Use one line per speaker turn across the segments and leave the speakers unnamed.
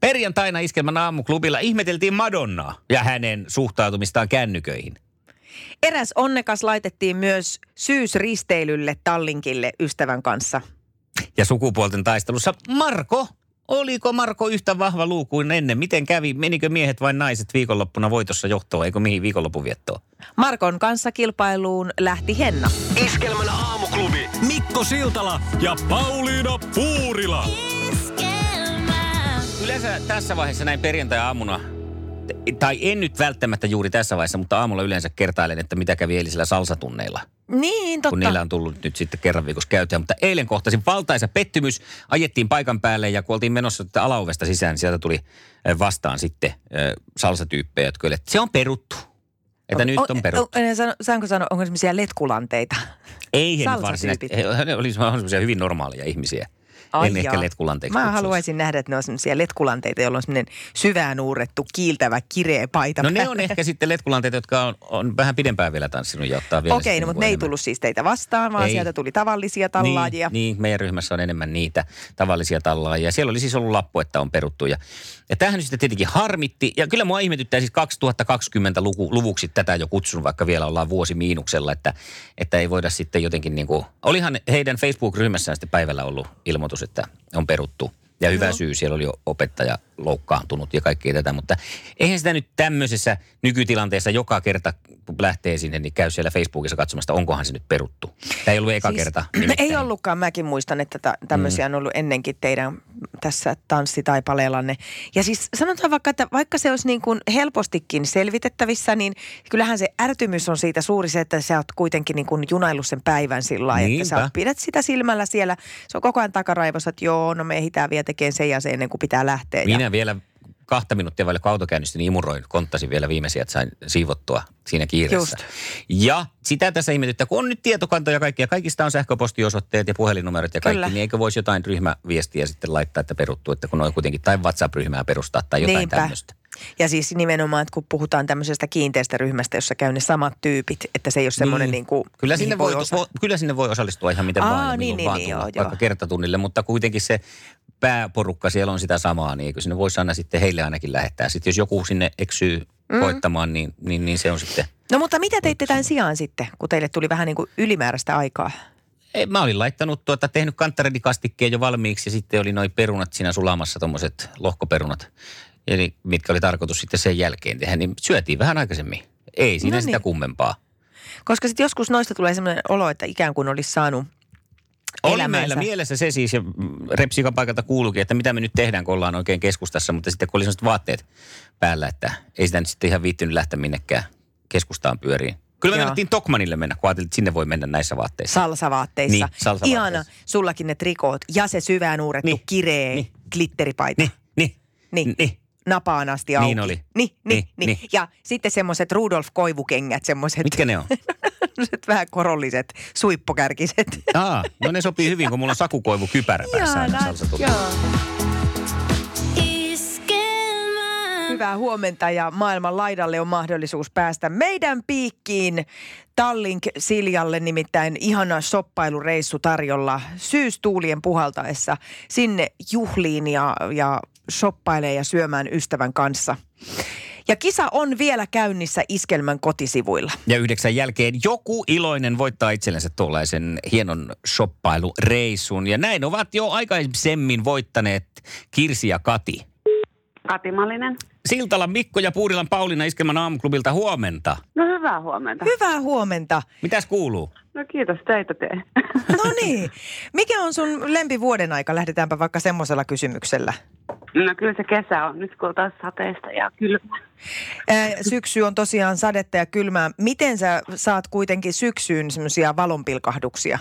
Perjantaina iskelmän aamuklubilla ihmeteltiin Madonnaa ja hänen suhtautumistaan kännyköihin.
Eräs onnekas laitettiin myös syysristeilylle Tallinkille ystävän kanssa.
Ja sukupuolten taistelussa Marko, oliko Marko yhtä vahva luu kuin ennen? Miten kävi? Menikö miehet vai naiset viikonloppuna voitossa johtoon, eikö mihin viikonlopun viettoon?
Markon kanssa kilpailuun lähti Henna.
Iskelmän aamuklubi Mikko Siltala ja Pauliina Puurila.
Yleensä tässä vaiheessa näin perjantai-aamuna, tai en nyt välttämättä juuri tässä vaiheessa, mutta aamulla yleensä kertailen, että mitä kävi eilisillä salsatunneilla.
Niin, totta.
kun niillä on tullut nyt sitten kerran viikossa käytyä. Mutta eilen kohtasin valtaisa pettymys. Ajettiin paikan päälle ja kun oltiin menossa tätä alaovesta sisään, niin sieltä tuli eh, vastaan sitten eh, salsatyyppejä, jotka oli, että se on peruttu. Että nyt on peruttu.
on- sano- Saanko sanoa, onko semmoisia letkulanteita?
Ei he nyt
salsatyypit.
varsinaisesti, he, he oli semmoisia hyvin normaaleja ihmisiä.
Ai
en ehkä
jaa.
letkulanteeksi
Mä
kutsuisi.
haluaisin nähdä, että ne on semmoisia letkulanteita, joilla on semmoinen syvään nuurettu, kiiltävä, kireä paita.
No ne on ehkä sitten letkulanteet, jotka on, on vähän pidempään vielä tanssinut ja ottaa vielä
Okei,
sitten
no, mutta
niin
ne ei
kuin
tullut siis teitä vastaan, vaan
Ei.
ei. sieltä tuli tavallisia tallaajia.
Niin, niin, meidän ryhmässä on enemmän niitä tavallisia tallaajia. Siellä oli siis ollut lappu, että on peruttu. Ja, ja tämähän nyt sitten tietenkin harmitti. Ja kyllä mua ihmetyttää siis 2020-luvuksi tätä jo kutsun, vaikka vielä ollaan vuosi miinuksella, että, että ei voida sitten jotenkin niin kuin... Olihan heidän Facebook-ryhmässään sitten päivällä ollut ilmoitus, että on peruttu. Ja hyvä syy, siellä oli jo opettaja loukkaantunut ja kaikkea tätä, mutta eihän sitä nyt tämmöisessä nykytilanteessa joka kerta, kun lähtee sinne, niin käy siellä Facebookissa katsomasta, onkohan se nyt peruttu. Tämä ei ollut eka kerta.
Siis- No Ei
nimittäin.
ollutkaan, mäkin muistan, että ta- tämmöisiä mm. on ollut ennenkin teidän tässä tanssitaipaleellanne. Ja siis sanotaan vaikka, että vaikka se olisi niin kuin helpostikin selvitettävissä, niin kyllähän se ärtymys on siitä suuri se, että sä oot kuitenkin niin kuin junaillut sen päivän sillä lailla, että sä
Niinpä.
oot- pidät sitä silmällä siellä. Se on koko ajan takaraivossa, että joo, no me ehditään vielä tekemään sen ja sen ennen kuin pitää lähteä. Ja-
Minä vielä kahta minuuttia vaille kun auto käynnistyi, niin imuroin, konttasin vielä viimeisiä, että sain siivottua siinä kiireessä.
Just.
Ja sitä tässä ihmetyttää, kun on nyt tietokantoja ja kaikkia, kaikista on sähköpostiosoitteet ja puhelinnumerot ja kaikki,
Kyllä.
niin eikö voisi jotain ryhmäviestiä sitten laittaa, että peruttu, että kun noin kuitenkin, tai WhatsApp-ryhmää perustaa tai jotain
Niinpä.
tämmöistä.
Ja siis nimenomaan, että kun puhutaan tämmöisestä kiinteästä ryhmästä, jossa käy ne samat tyypit, että se ei ole semmoinen niin, niin kuin,
kyllä,
mihin
sinne voi,
osa-
voi, kyllä sinne voi osallistua ihan miten
Aa,
vaan, ja milloin
niin, niin,
vaan
niin,
tulla,
joo, joo.
vaikka kertatunnille, mutta kuitenkin se pääporukka siellä on sitä samaa, niin eikö sinne voisi aina sitten heille ainakin lähettää. Sitten jos joku sinne eksyy mm. koittamaan, niin, niin, niin se on sitten
No mutta mitä teitte tämän sijaan sitten, kun teille tuli vähän niin kuin ylimääräistä aikaa?
Ei, mä olin laittanut, tuota, tehnyt kanttarelikastikkeen jo valmiiksi ja sitten oli noin perunat siinä sulamassa, tuommoiset lohkoperunat, eli mitkä oli tarkoitus sitten sen jälkeen tehdä, niin syötiin vähän aikaisemmin. Ei siinä
No
sitä
niin.
kummempaa.
Koska sitten joskus noista tulee semmoinen olo, että ikään kuin olisi saanut
Oli
elämäänsä.
meillä mielessä se siis, ja mm, Repsikan paikalta kuulukin, että mitä me nyt tehdään, kun ollaan oikein keskustassa, mutta sitten kun oli sellaiset vaatteet päällä, että ei sitä nyt sitten ihan viittynyt lähteä minnekään keskustaan pyöriin. Kyllä me
Joo.
kannattiin Tokmanille mennä, kun ajateltiin, että sinne voi mennä näissä vaatteissa.
salsavaatteissa.
Niin, salsavaatteissa.
Ihana, sullakin ne trikoot ja se syvään uurettu
Niin,
niin, kireä
niin.
niin, glitteripaita.
Niin, niin,
Niin.
niin.
Napaan asti auki.
Niin oli.
Niin, niin,
Niin,
niin,
niin.
Ja sitten semmoiset Rudolf Koivukengät, semmoiset
Mitkä ne on?
vähän korolliset, suippokärkiset.
Aa, no ne sopii hyvin, kun mulla on sakukoivu kypärä päässä aina salsatunnilla.
Joo. Hyvää huomenta ja maailman laidalle on mahdollisuus päästä meidän piikkiin Tallink Siljalle nimittäin ihana shoppailureissu tarjolla syystuulien puhaltaessa sinne juhliin ja, ja shoppailee ja syömään ystävän kanssa. Ja kisa on vielä käynnissä Iskelmän kotisivuilla.
Ja yhdeksän jälkeen joku iloinen voittaa itsellensä tuollaisen hienon shoppailureissun. Ja näin ovat jo aikaisemmin voittaneet Kirsi ja Kati.
Kati Malinen.
Siltalan Mikko ja Puurilan Pauliina Iskelman aamuklubilta huomenta.
No hyvää huomenta.
Hyvää huomenta.
Mitäs kuuluu?
No kiitos, teitä tee.
No niin. Mikä on sun lempivuoden aika? Lähdetäänpä vaikka semmoisella kysymyksellä.
No kyllä se kesä on nyt, kun on taas sateista ja kylmä.
Ää, Äh, Syksy on tosiaan sadetta ja kylmää. Miten sä saat kuitenkin syksyyn semmoisia valonpilkahduksia?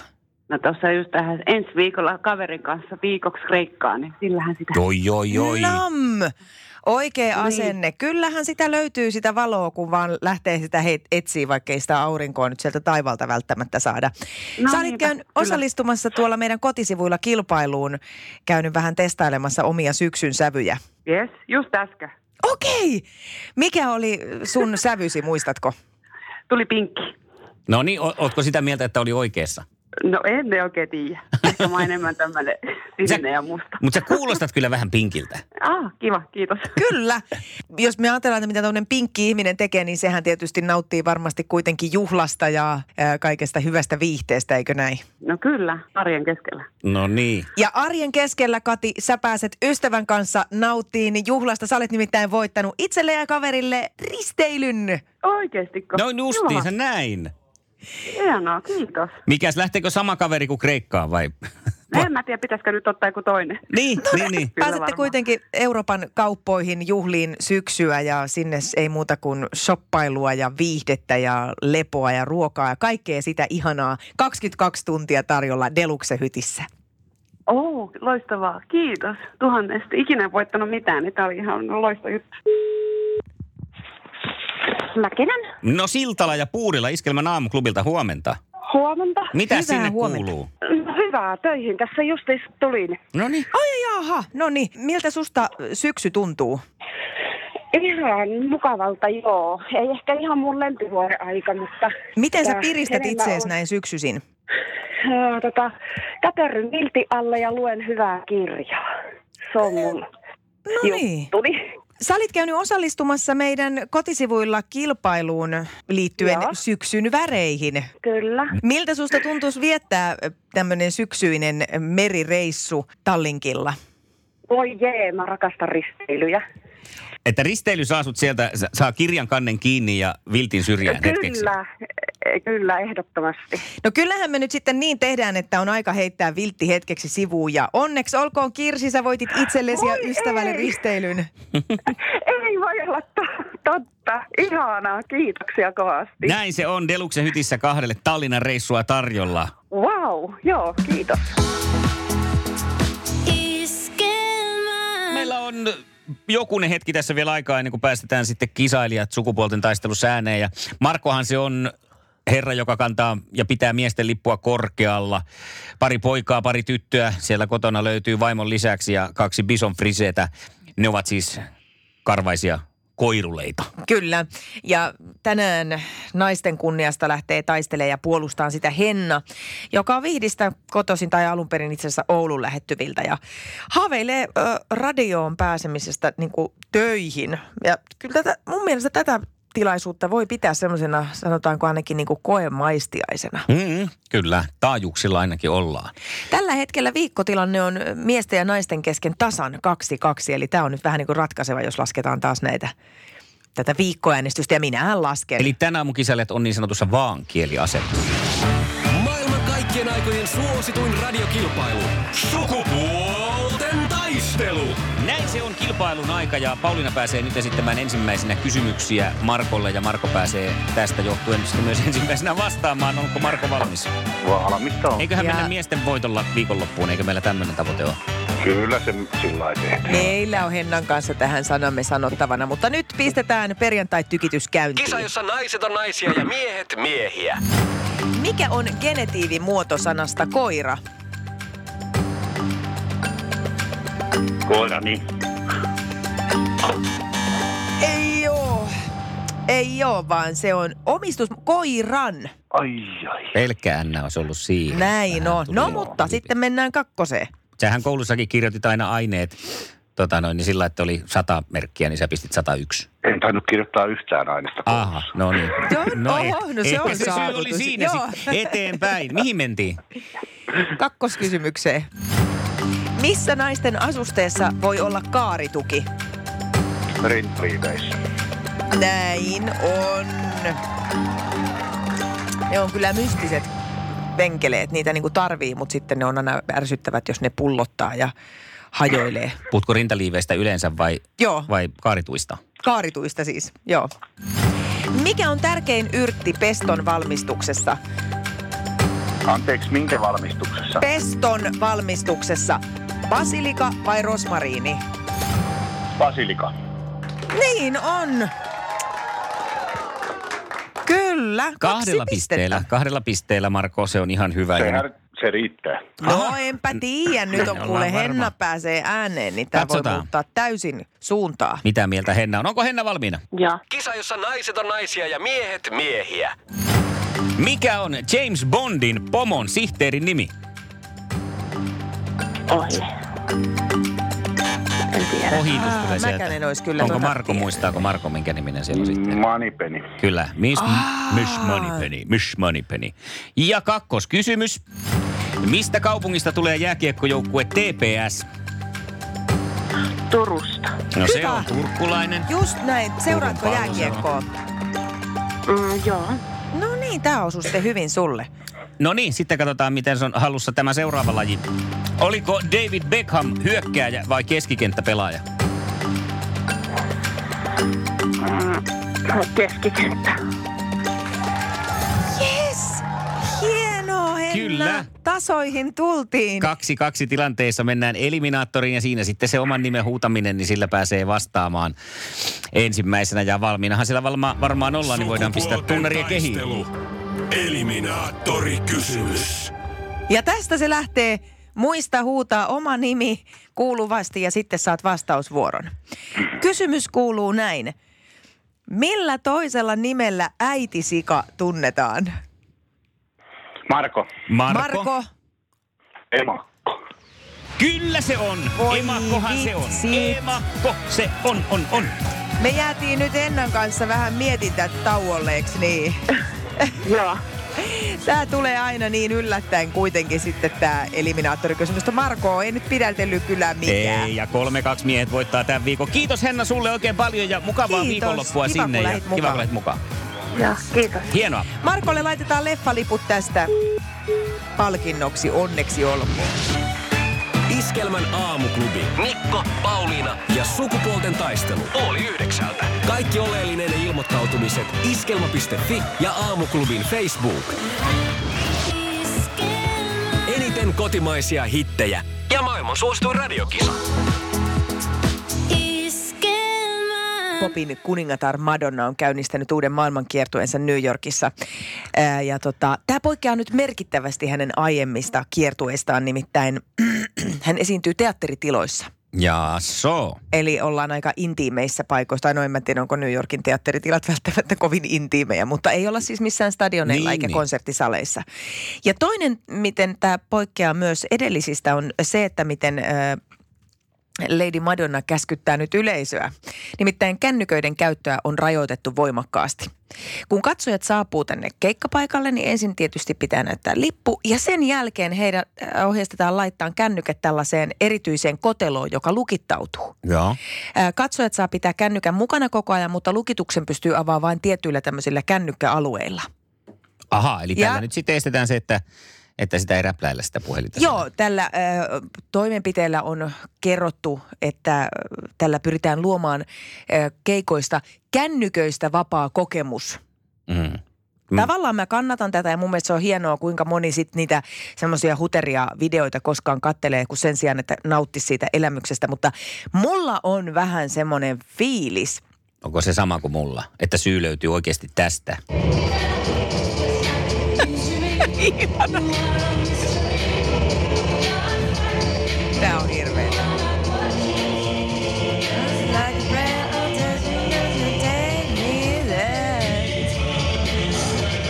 No tuossa just tähän ensi viikolla kaverin kanssa viikoksi Kreikkaan, niin sillähän sitä.
No.
Joi, joi, joi.
Nam! Oikea
Niin.
asenne. Kyllähän sitä löytyy sitä valoa, kun vaan lähtee sitä he- etsiä, vaikka ei sitä aurinkoa nyt sieltä taivalta välttämättä saada. No,
No
Sä olit
niinpä,
käynyt
kyllä.
osallistumassa tuolla meidän kotisivuilla kilpailuun, käynyt vähän testailemassa omia syksyn sävyjä.
Jes, just äsken.
Okei! Mikä oli sun sävysi, muistatko?
Tuli pinkki.
No niin, o- ootko sitä mieltä, että oli oikeassa?
No en ne oikein tiedä. Ehkä mä oon enemmän tämmöinen sininen ja musta.
Mutta sä kuulostat kyllä vähän pinkiltä.
Ah, kiva, kiitos.
Kyllä. Jos me ajatellaan, että mitä tämmöinen pinkki ihminen tekee, niin sehän tietysti nauttii varmasti kuitenkin juhlasta ja ää, kaikesta hyvästä viihteestä, eikö näin?
No kyllä, arjen keskellä.
No niin.
Ja arjen keskellä, Kati, sä pääset ystävän kanssa nauttiin juhlasta. Sä olet nimittäin voittanut itselle ja kaverille risteilyn.
Oikeestikö?
No justiinsa näin.
Hienoa, kiitos.
Mikäs, lähteekö sama kaveri kuin Kreikkaan vai?
No en mä tiedä, pitäisikö nyt ottaa joku toinen.
niin, niin, niin.
Kyllä
Pääsette
varmaan.
kuitenkin Euroopan kauppoihin juhliin syksyä ja sinne ei muuta kuin shoppailua ja viihdettä ja lepoa ja ruokaa ja kaikkea sitä ihanaa. 22 tuntia tarjolla Deluxe-hytissä.
Oo, Oh, loistavaa. Kiitos. Tuhannesta. Ikinä en voittanut mitään, niin tää oli ihan loista juttu.
Mäkinen,
No Siltala ja Puurila Iskelmän aamuklubilta huomenta.
huomenta.
Mitä
Hyvää
sinne
huomenta.
kuuluu?
No, Hyvää töihin. Tässä just is- tulin.
No niin.
Ai jaha, no niin. Miltä susta syksy tuntuu?
Ihan mukavalta, joo. Ei ehkä ihan mun lempivuoden aika, mutta...
Miten sä
Tää
piristät
Äh, enemmän
itseesi
on-
näin syksyisin?
Ö, Tota, käperryn vilti alle ja luen hyvää kirjaa. Se on mun
No niin.
juttuni.
Sä olit käynyt osallistumassa meidän kotisivuilla kilpailuun liittyen Joo.
Joo.
syksyn väreihin.
Kyllä.
Miltä susta tuntuisi viettää tämmöinen syksyinen äh, merireissu Tallinkilla?
Voi jee, mä rakastan risteilyjä.
Että risteily saa sut sieltä, sa- saa kirjan kannen kiinni ja viltin syrjään hetkeksi.
Kyllä, e- kyllä, ehdottomasti.
No kyllähän me nyt sitten niin tehdään, että on aika heittää viltti hetkeksi sivuun ja onneksi olkoon Kirsi, sä voitit itsellesi ja
Voi
ystävälle
ei!
risteilyn.
Ei voi olla to- totta. Ihanaa, kiitoksia kovasti.
Näin se on Deluxe hytissä kahdelle Tallinnan reissua tarjolla.
Wow, joo, kiitos.
Meillä on jokunen hetki tässä vielä aikaa ennen kuin päästetään sitten kisailijat sukupuolten taistelussa ääneen. Ja Markkohan se on herra, joka kantaa ja pitää miesten lippua korkealla. Pari poikaa, pari tyttöä. Siellä kotona löytyy vaimon lisäksi ja kaksi bison frisetä. Ne ovat siis karvaisia koiruleita.
Kyllä. Ja tänään naisten kunniasta lähtee taistelemaan ja puolustaan sitä Henna, joka on Vihdistä kotoisin tai alun perin itse asiassa Oulun lähettyviltä. Ja haaveilee ö, radioon pääsemisestä niin kuin töihin. Ja kyllä tätä, mun mielestä tätä tilaisuutta voi pitää semmoisena, sanotaanko ainakin niin kuin koemaistiaisena.
Mm, kyllä, taajuuksilla ainakin ollaan.
Tällä hetkellä viikkotilanne on miesten ja naisten kesken tasan 2-2, eli tämä on nyt vähän niin kuin ratkaiseva, jos lasketaan taas näitä tätä viikkoäänestystä, ja minähän lasken.
Eli tänä aamun kisailijat on niin sanotussa vaankieliasemassa.
Maailman kaikkien aikojen suosituin radiokilpailu. Sukupuolten taistelu.
Näin se on kilpailun aika ja Pauliina pääsee nyt esittämään ensimmäisenä kysymyksiä Markolle ja Marko pääsee tästä johtuen sitten myös ensimmäisenä vastaamaan. Onko Marko valmis?
Valmista on.
Eiköhän
Ja-
ja... mennä miesten voitolla viikonloppuun, eikö meillä tämmöinen tavoite ole?
Kyllä se sillä lailla tehdään.
Niin.
Meillä on Hennan kanssa tähän sanamme sanottavana, mutta nyt pistetään perjantai-tykitys käyntiin.
Kisa, jossa naiset on naisia ja miehet miehiä.
Mikä on genetiivin muoto sanasta koira?
Koira, niin.
Ei oo. Ei oo, vaan se on omistus koiran.
Ai, ai.
Pelkkä Anna olisi ollut siinä.
Näin
Vähän
on.
tuli
No
jo
mutta
hyvin.
sitten mennään kakkoseen.
Sähän koulussakin kirjoitit aina aineet tota noin, niin sillä, että oli sata merkkiä, niin sä pistit 101.
En tainnut kirjoittaa yhtään aineesta.
Aha, no niin.
Joo, oho, no se
ehkä
on
se syy oli
saavutus.
siinä
Joo.
sitten. eteenpäin. Mihin mentiin?
Kakkoskysymykseen. Missä naisten asusteessa voi olla kaarituki?
Rintariiveissä.
Näin on. Ne on kyllä mystiset penkeleet. Niitä niinku tarvii, mutta sitten ne on aina ärsyttävät, jos ne pullottaa ja hajoilee.
Puhutko rintaliiveistä yleensä vai,
Joo,
vai kaarituista?
kaarituista siis, joo. Mikä on tärkein yrtti peston valmistuksessa?
Anteeksi, minkä valmistuksessa?
Peston valmistuksessa. Basilika vai rosmariini?
Basilika.
Niin on. Kyllä. kaksi
Kahdella pisteellä, kahdella pisteellä, Marko, se on ihan hyvä. Ja
Sehän se riittää.
No
Aha.
enpä tiedä, nyt on
Ei
kuule
olla varma.
Henna pääsee ääneen, niin tämä voi
Katsotaan.
muuttaa täysin suuntaa.
mitä mieltä Henna on? Onko Henna valmiina?
Ja
Kisa, jossa naiset on naisia ja miehet miehiä.
Mikä on James Bondin pomon sihteerin nimi?
Ohi. En tiedä.
Ohitus
Aa,
tulee sieltä.
Mäkänen olisi kyllä
Onko
tota
Marko,
tiennyt.
muistaako Marko, minkä niminen siellä on sitten?
Manipeni.
Kyllä, Miss, Miss Moneypenny, Miss Moneypenny. Ja kakkoskysymys. Mistä kaupungista tulee jääkiekkojoukkue TPS?
Turusta.
No se
Hyvä.
on turkkulainen.
Just näin. Seuraatko
pallo se
jääkiekkoa?
Mm, joo.
No niin, tämä osui sitten hyvin sulle.
No niin, sitten katsotaan, miten se on hallussa tämä seuraava laji. Oliko David Beckham hyökkääjä vai keskikenttäpelaaja?
Niin.
Keskikenttä.
Yes! Hienoa, Henna.
Kyllä.
Tasoihin tultiin.
Kaksi kaksi tilanteessa mennään eliminaattoriin ja siinä sitten se oman nimen huutaminen, niin sillä pääsee vastaamaan ensimmäisenä. Ja valmiinahan siellä varma, varmaan ollaan, niin voidaan pistää
Sukupuolten
tunnaria kehiin.
taistelu. Eliminaattorikysymys.
ja tästä se lähtee. Muista huutaa oma nimi kuuluvasti ja sitten saat vastausvuoron. Kysymys kuuluu näin. Millä toisella nimellä äitisika tunnetaan?
Marko.
Marko.
Marko
Ema.
Kyllä se on.
Voi
Emakkohan se on.
vitsi.
Emakko se on, on, on.
me jäätiin nyt Ennan kanssa vähän mietintä tauolleeksi, niin
Joo.
Tämä tulee aina niin yllättäen kuitenkin sitten tämä eliminaattorikysymys. Mutta Marko ei nyt pidätellyt kyllä mitään.
Ei, ja kolme kaksi miehet voittaa tämän viikon. Kiitos Henna sulle oikein paljon ja mukavaa
Kiitos.
viikonloppua
Kiva,
sinne. ja
kun lähit
kiva, kun
mukaan.
lähit mukaan.
Joo, kiitos.
Hienoa.
Markolle laitetaan leffaliput tästä palkinnoksi, onneksi olkoon.
Iskelmän aamuklubi. Mikko, Pauliina ja sukupuolten taistelu. Oli yhdeksältä. Kaikki oleellinen ilmoittautumiset iskelma.fi ja aamuklubin Facebook. Eniten kotimaisia hittejä ja maailman suosituin radiokisa.
Popin kuningatar Madonna on käynnistänyt uuden maailmankiertueensa New Yorkissa. Ää, ja tota, tämä poikkeaa nyt merkittävästi hänen aiemmista kiertueistaan, nimittäin hän esiintyy teatteritiloissa.
Ja so.
Eli ollaan aika intiimeissä paikoissa. Tai no en mä tiedä, onko New Yorkin teatteritilat välttämättä kovin intiimejä, mutta ei olla siis missään stadioneilla
Niin,
niin, eikä
niin.
niin. konserttisaleissa. Ja toinen, miten tämä poikkeaa myös edellisistä, on se, että miten ö, Lady Madonna käskyttää nyt yleisöä. Nimittäin kännyköiden käyttöä on rajoitettu voimakkaasti. Kun katsojat saapuu tänne keikkapaikalle, niin ensin tietysti pitää näyttää lippu ja sen jälkeen heidän ö, ohjeistetaan laittaa kännykät tällaiseen erityiseen koteloon, joka lukittautuu.
Joo.
Ää, Katsojat saa pitää kännykän mukana koko ajan, mutta lukituksen pystyy avaamaan vain tietyillä tämmöisillä kännykkäalueilla.
Aha, eli
Ja-
tällä nyt sitten estetään se, että, että sitä ei räpläillä sitä puhelinta.
Joo, tällä äh, toimenpiteellä on kerrottu, että äh, tällä pyritään luomaan äh, keikoista kännyköistä vapaa kokemus.
Mm.
Mm. Tavallaan mä kannatan tätä ja mun mielestä se on hienoa, kuinka moni sit niitä semmoisia huteria videoita koskaan kattelee, kun sen sijaan, että nauttisi siitä elämyksestä. Mutta mulla on vähän semmoinen fiilis,
Onko se sama kuin mulla? Että syy löytyy oikeasti tästä.
Tää on hirveä.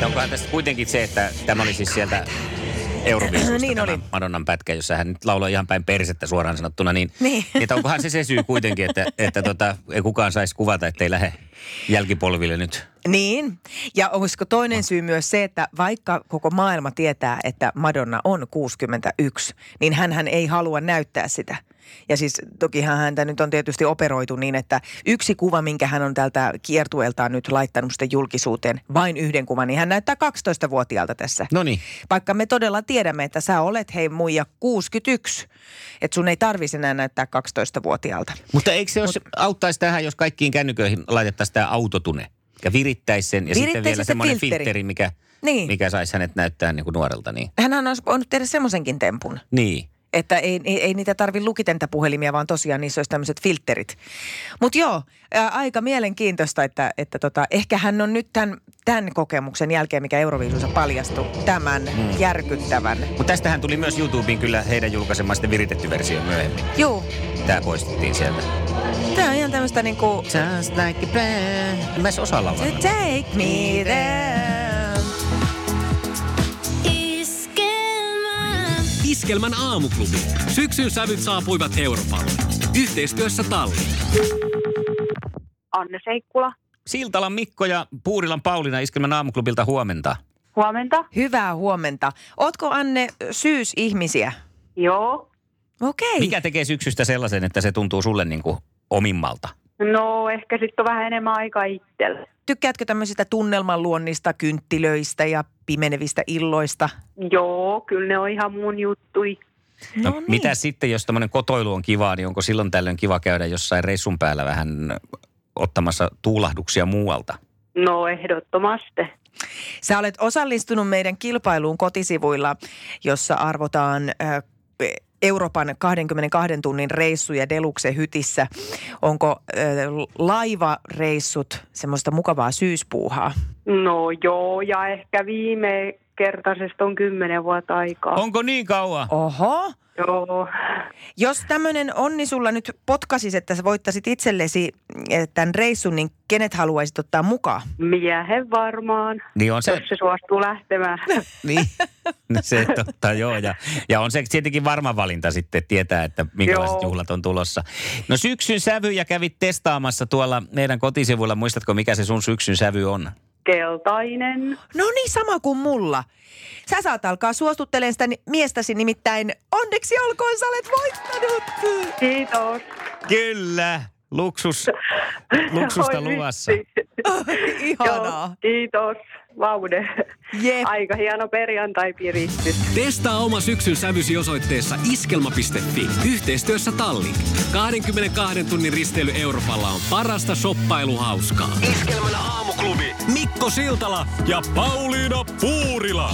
Ja onkohan tässä kuitenkin se, että tämä oli siis sieltä Euroviisusta
Niin
niin tämä
oli.
Madonnan pätkä, jossa hän nyt lauloi ihan päin persettä suoraan sanottuna, niin,
Niin.
että onkohan se se syy kuitenkin, että, että tota, ei kukaan saisi kuvata, että ei lähde jälkipolville nyt.
Niin. Ja olisiko toinen syy myös se, että vaikka koko maailma tietää, että Madonna on 61, niin hän ei halua näyttää sitä. Ja siis tokihan häntä nyt on tietysti operoitu niin, että yksi kuva, minkä hän on tältä kiertueltaan nyt laittanut sitten julkisuuteen, vain yhden kuvan, niin hän näyttää 12-vuotiaalta tässä.
No niin,
Vaikka me todella tiedämme, että sä olet hei muija 61, että sun ei tarvitsisi enää näyttää 12-vuotiaalta.
mutta eikö se, jos auttaisi tähän, jos kaikkiin kännyköihin laitettaisiin tämä autotune? Ja virittäisi sen ja sitten
Virittäisi
vielä
se
semmoinen
filtteri.
filtteri, mikä,
Niin.
mikä saisi hänet näyttää niin kuin nuorelta. Niin.
Hänhän olisi voinut tehdä semmoisenkin tempun.
niin.
Että ei, ei, ei niitä tarvi lukitenta puhelimia, vaan tosiaan niissä olisi tämmöiset filterit. Mutta joo, ää, aika mielenkiintoista, että, että tota, ehkä hän on nyt tämän, tämän kokemuksen jälkeen, mikä Euroviisussa paljastui, tämän mm. järkyttävän.
Mutta tästähän tuli myös YouTubeen kyllä heidän julkaisemaan sitten viritetty versio myöhemmin.
Juu,
Tämä poistettiin sieltä.
tämä on ihan tämmöistä niinku...
Just like a band. Mä osalla
To
vaan.
take me there.
Iskelmän aamuklubi. Syksyn sävyt saapuivat Euroopalle. Yhteistyössä Talli.
Anne Seikkula,
Siltalan Mikko ja Puurilan Pauliina Iskelmän aamuklubilta huomenta.
huomenta.
Hyvää huomenta. Ootko Anne syysihmisiä?
Joo.
Okei.
Mikä tekee syksystä sellaisen, että se tuntuu sulle niin kuin omimmalta?
No, ehkä sitten on vähän enemmän aikaa itsellä.
Tykkäätkö tämmöisistä tunnelman luonnista, kynttilöistä ja pimenevistä illoista?
Joo, kyllä ne on ihan mun juttui.
No,
niin.
no Mitä sitten, jos tämmöinen kotoilu on kivaa, niin onko silloin tällöin kiva käydä jossain reissun päällä vähän ottamassa tuulahduksia muualta?
No, ehdottomasti.
Sä olet osallistunut meidän kilpailuun kotisivuilla, jossa arvotaan äh, Euroopan 22 tunnin reissuja Deluxe hytissä. Onko äh, laivareissut semmoista mukavaa syyspuuhaa?
No joo, ja ehkä viime kertaisesta on kymmenen vuotta aikaa.
Onko niin
Ah.
kauan?
Oho!
Joo.
Jos tämmöinen onni sulla nyt potkasis, että sä voittaisit itsellesi eh, tämän reissun, niin kenet haluaisit ottaa mukaan?
Miehen varmaan,
Niin on se,
jos se suostuu lähtemään.
niin. No se totta, joo. Ja, ja on se tietenkin varma valinta sitten tietää, että minkälaiset
Joo.
juhlat on tulossa. No syksyn sävyjä kävit testaamassa tuolla meidän kotisivuilla. Muistatko, mikä se sun syksyn sävy on?
Keltainen.
No niin, sama kuin mulla. Sä saat alkaa suostuttelemaan sitä ni- miestäsi nimittäin. Onneksi olkoon, sä olet voittanut!
Kiitos.
Kyllä, luksus, luksusta
Oi
luvassa.
vitsi. Joo,
Ihanaa.
kiitos. Vaude.
Jep.
Aika hieno perjantai-piristys.
Testaa oma syksyn sävysi osoitteessa iskelma.fi. Yhteistyössä Tallink. 22 tunnin risteily Euroopalla on parasta shoppailuhauskaa. Iskelmän aamuklubi. Mikko Siltala ja Pauliina Puurila.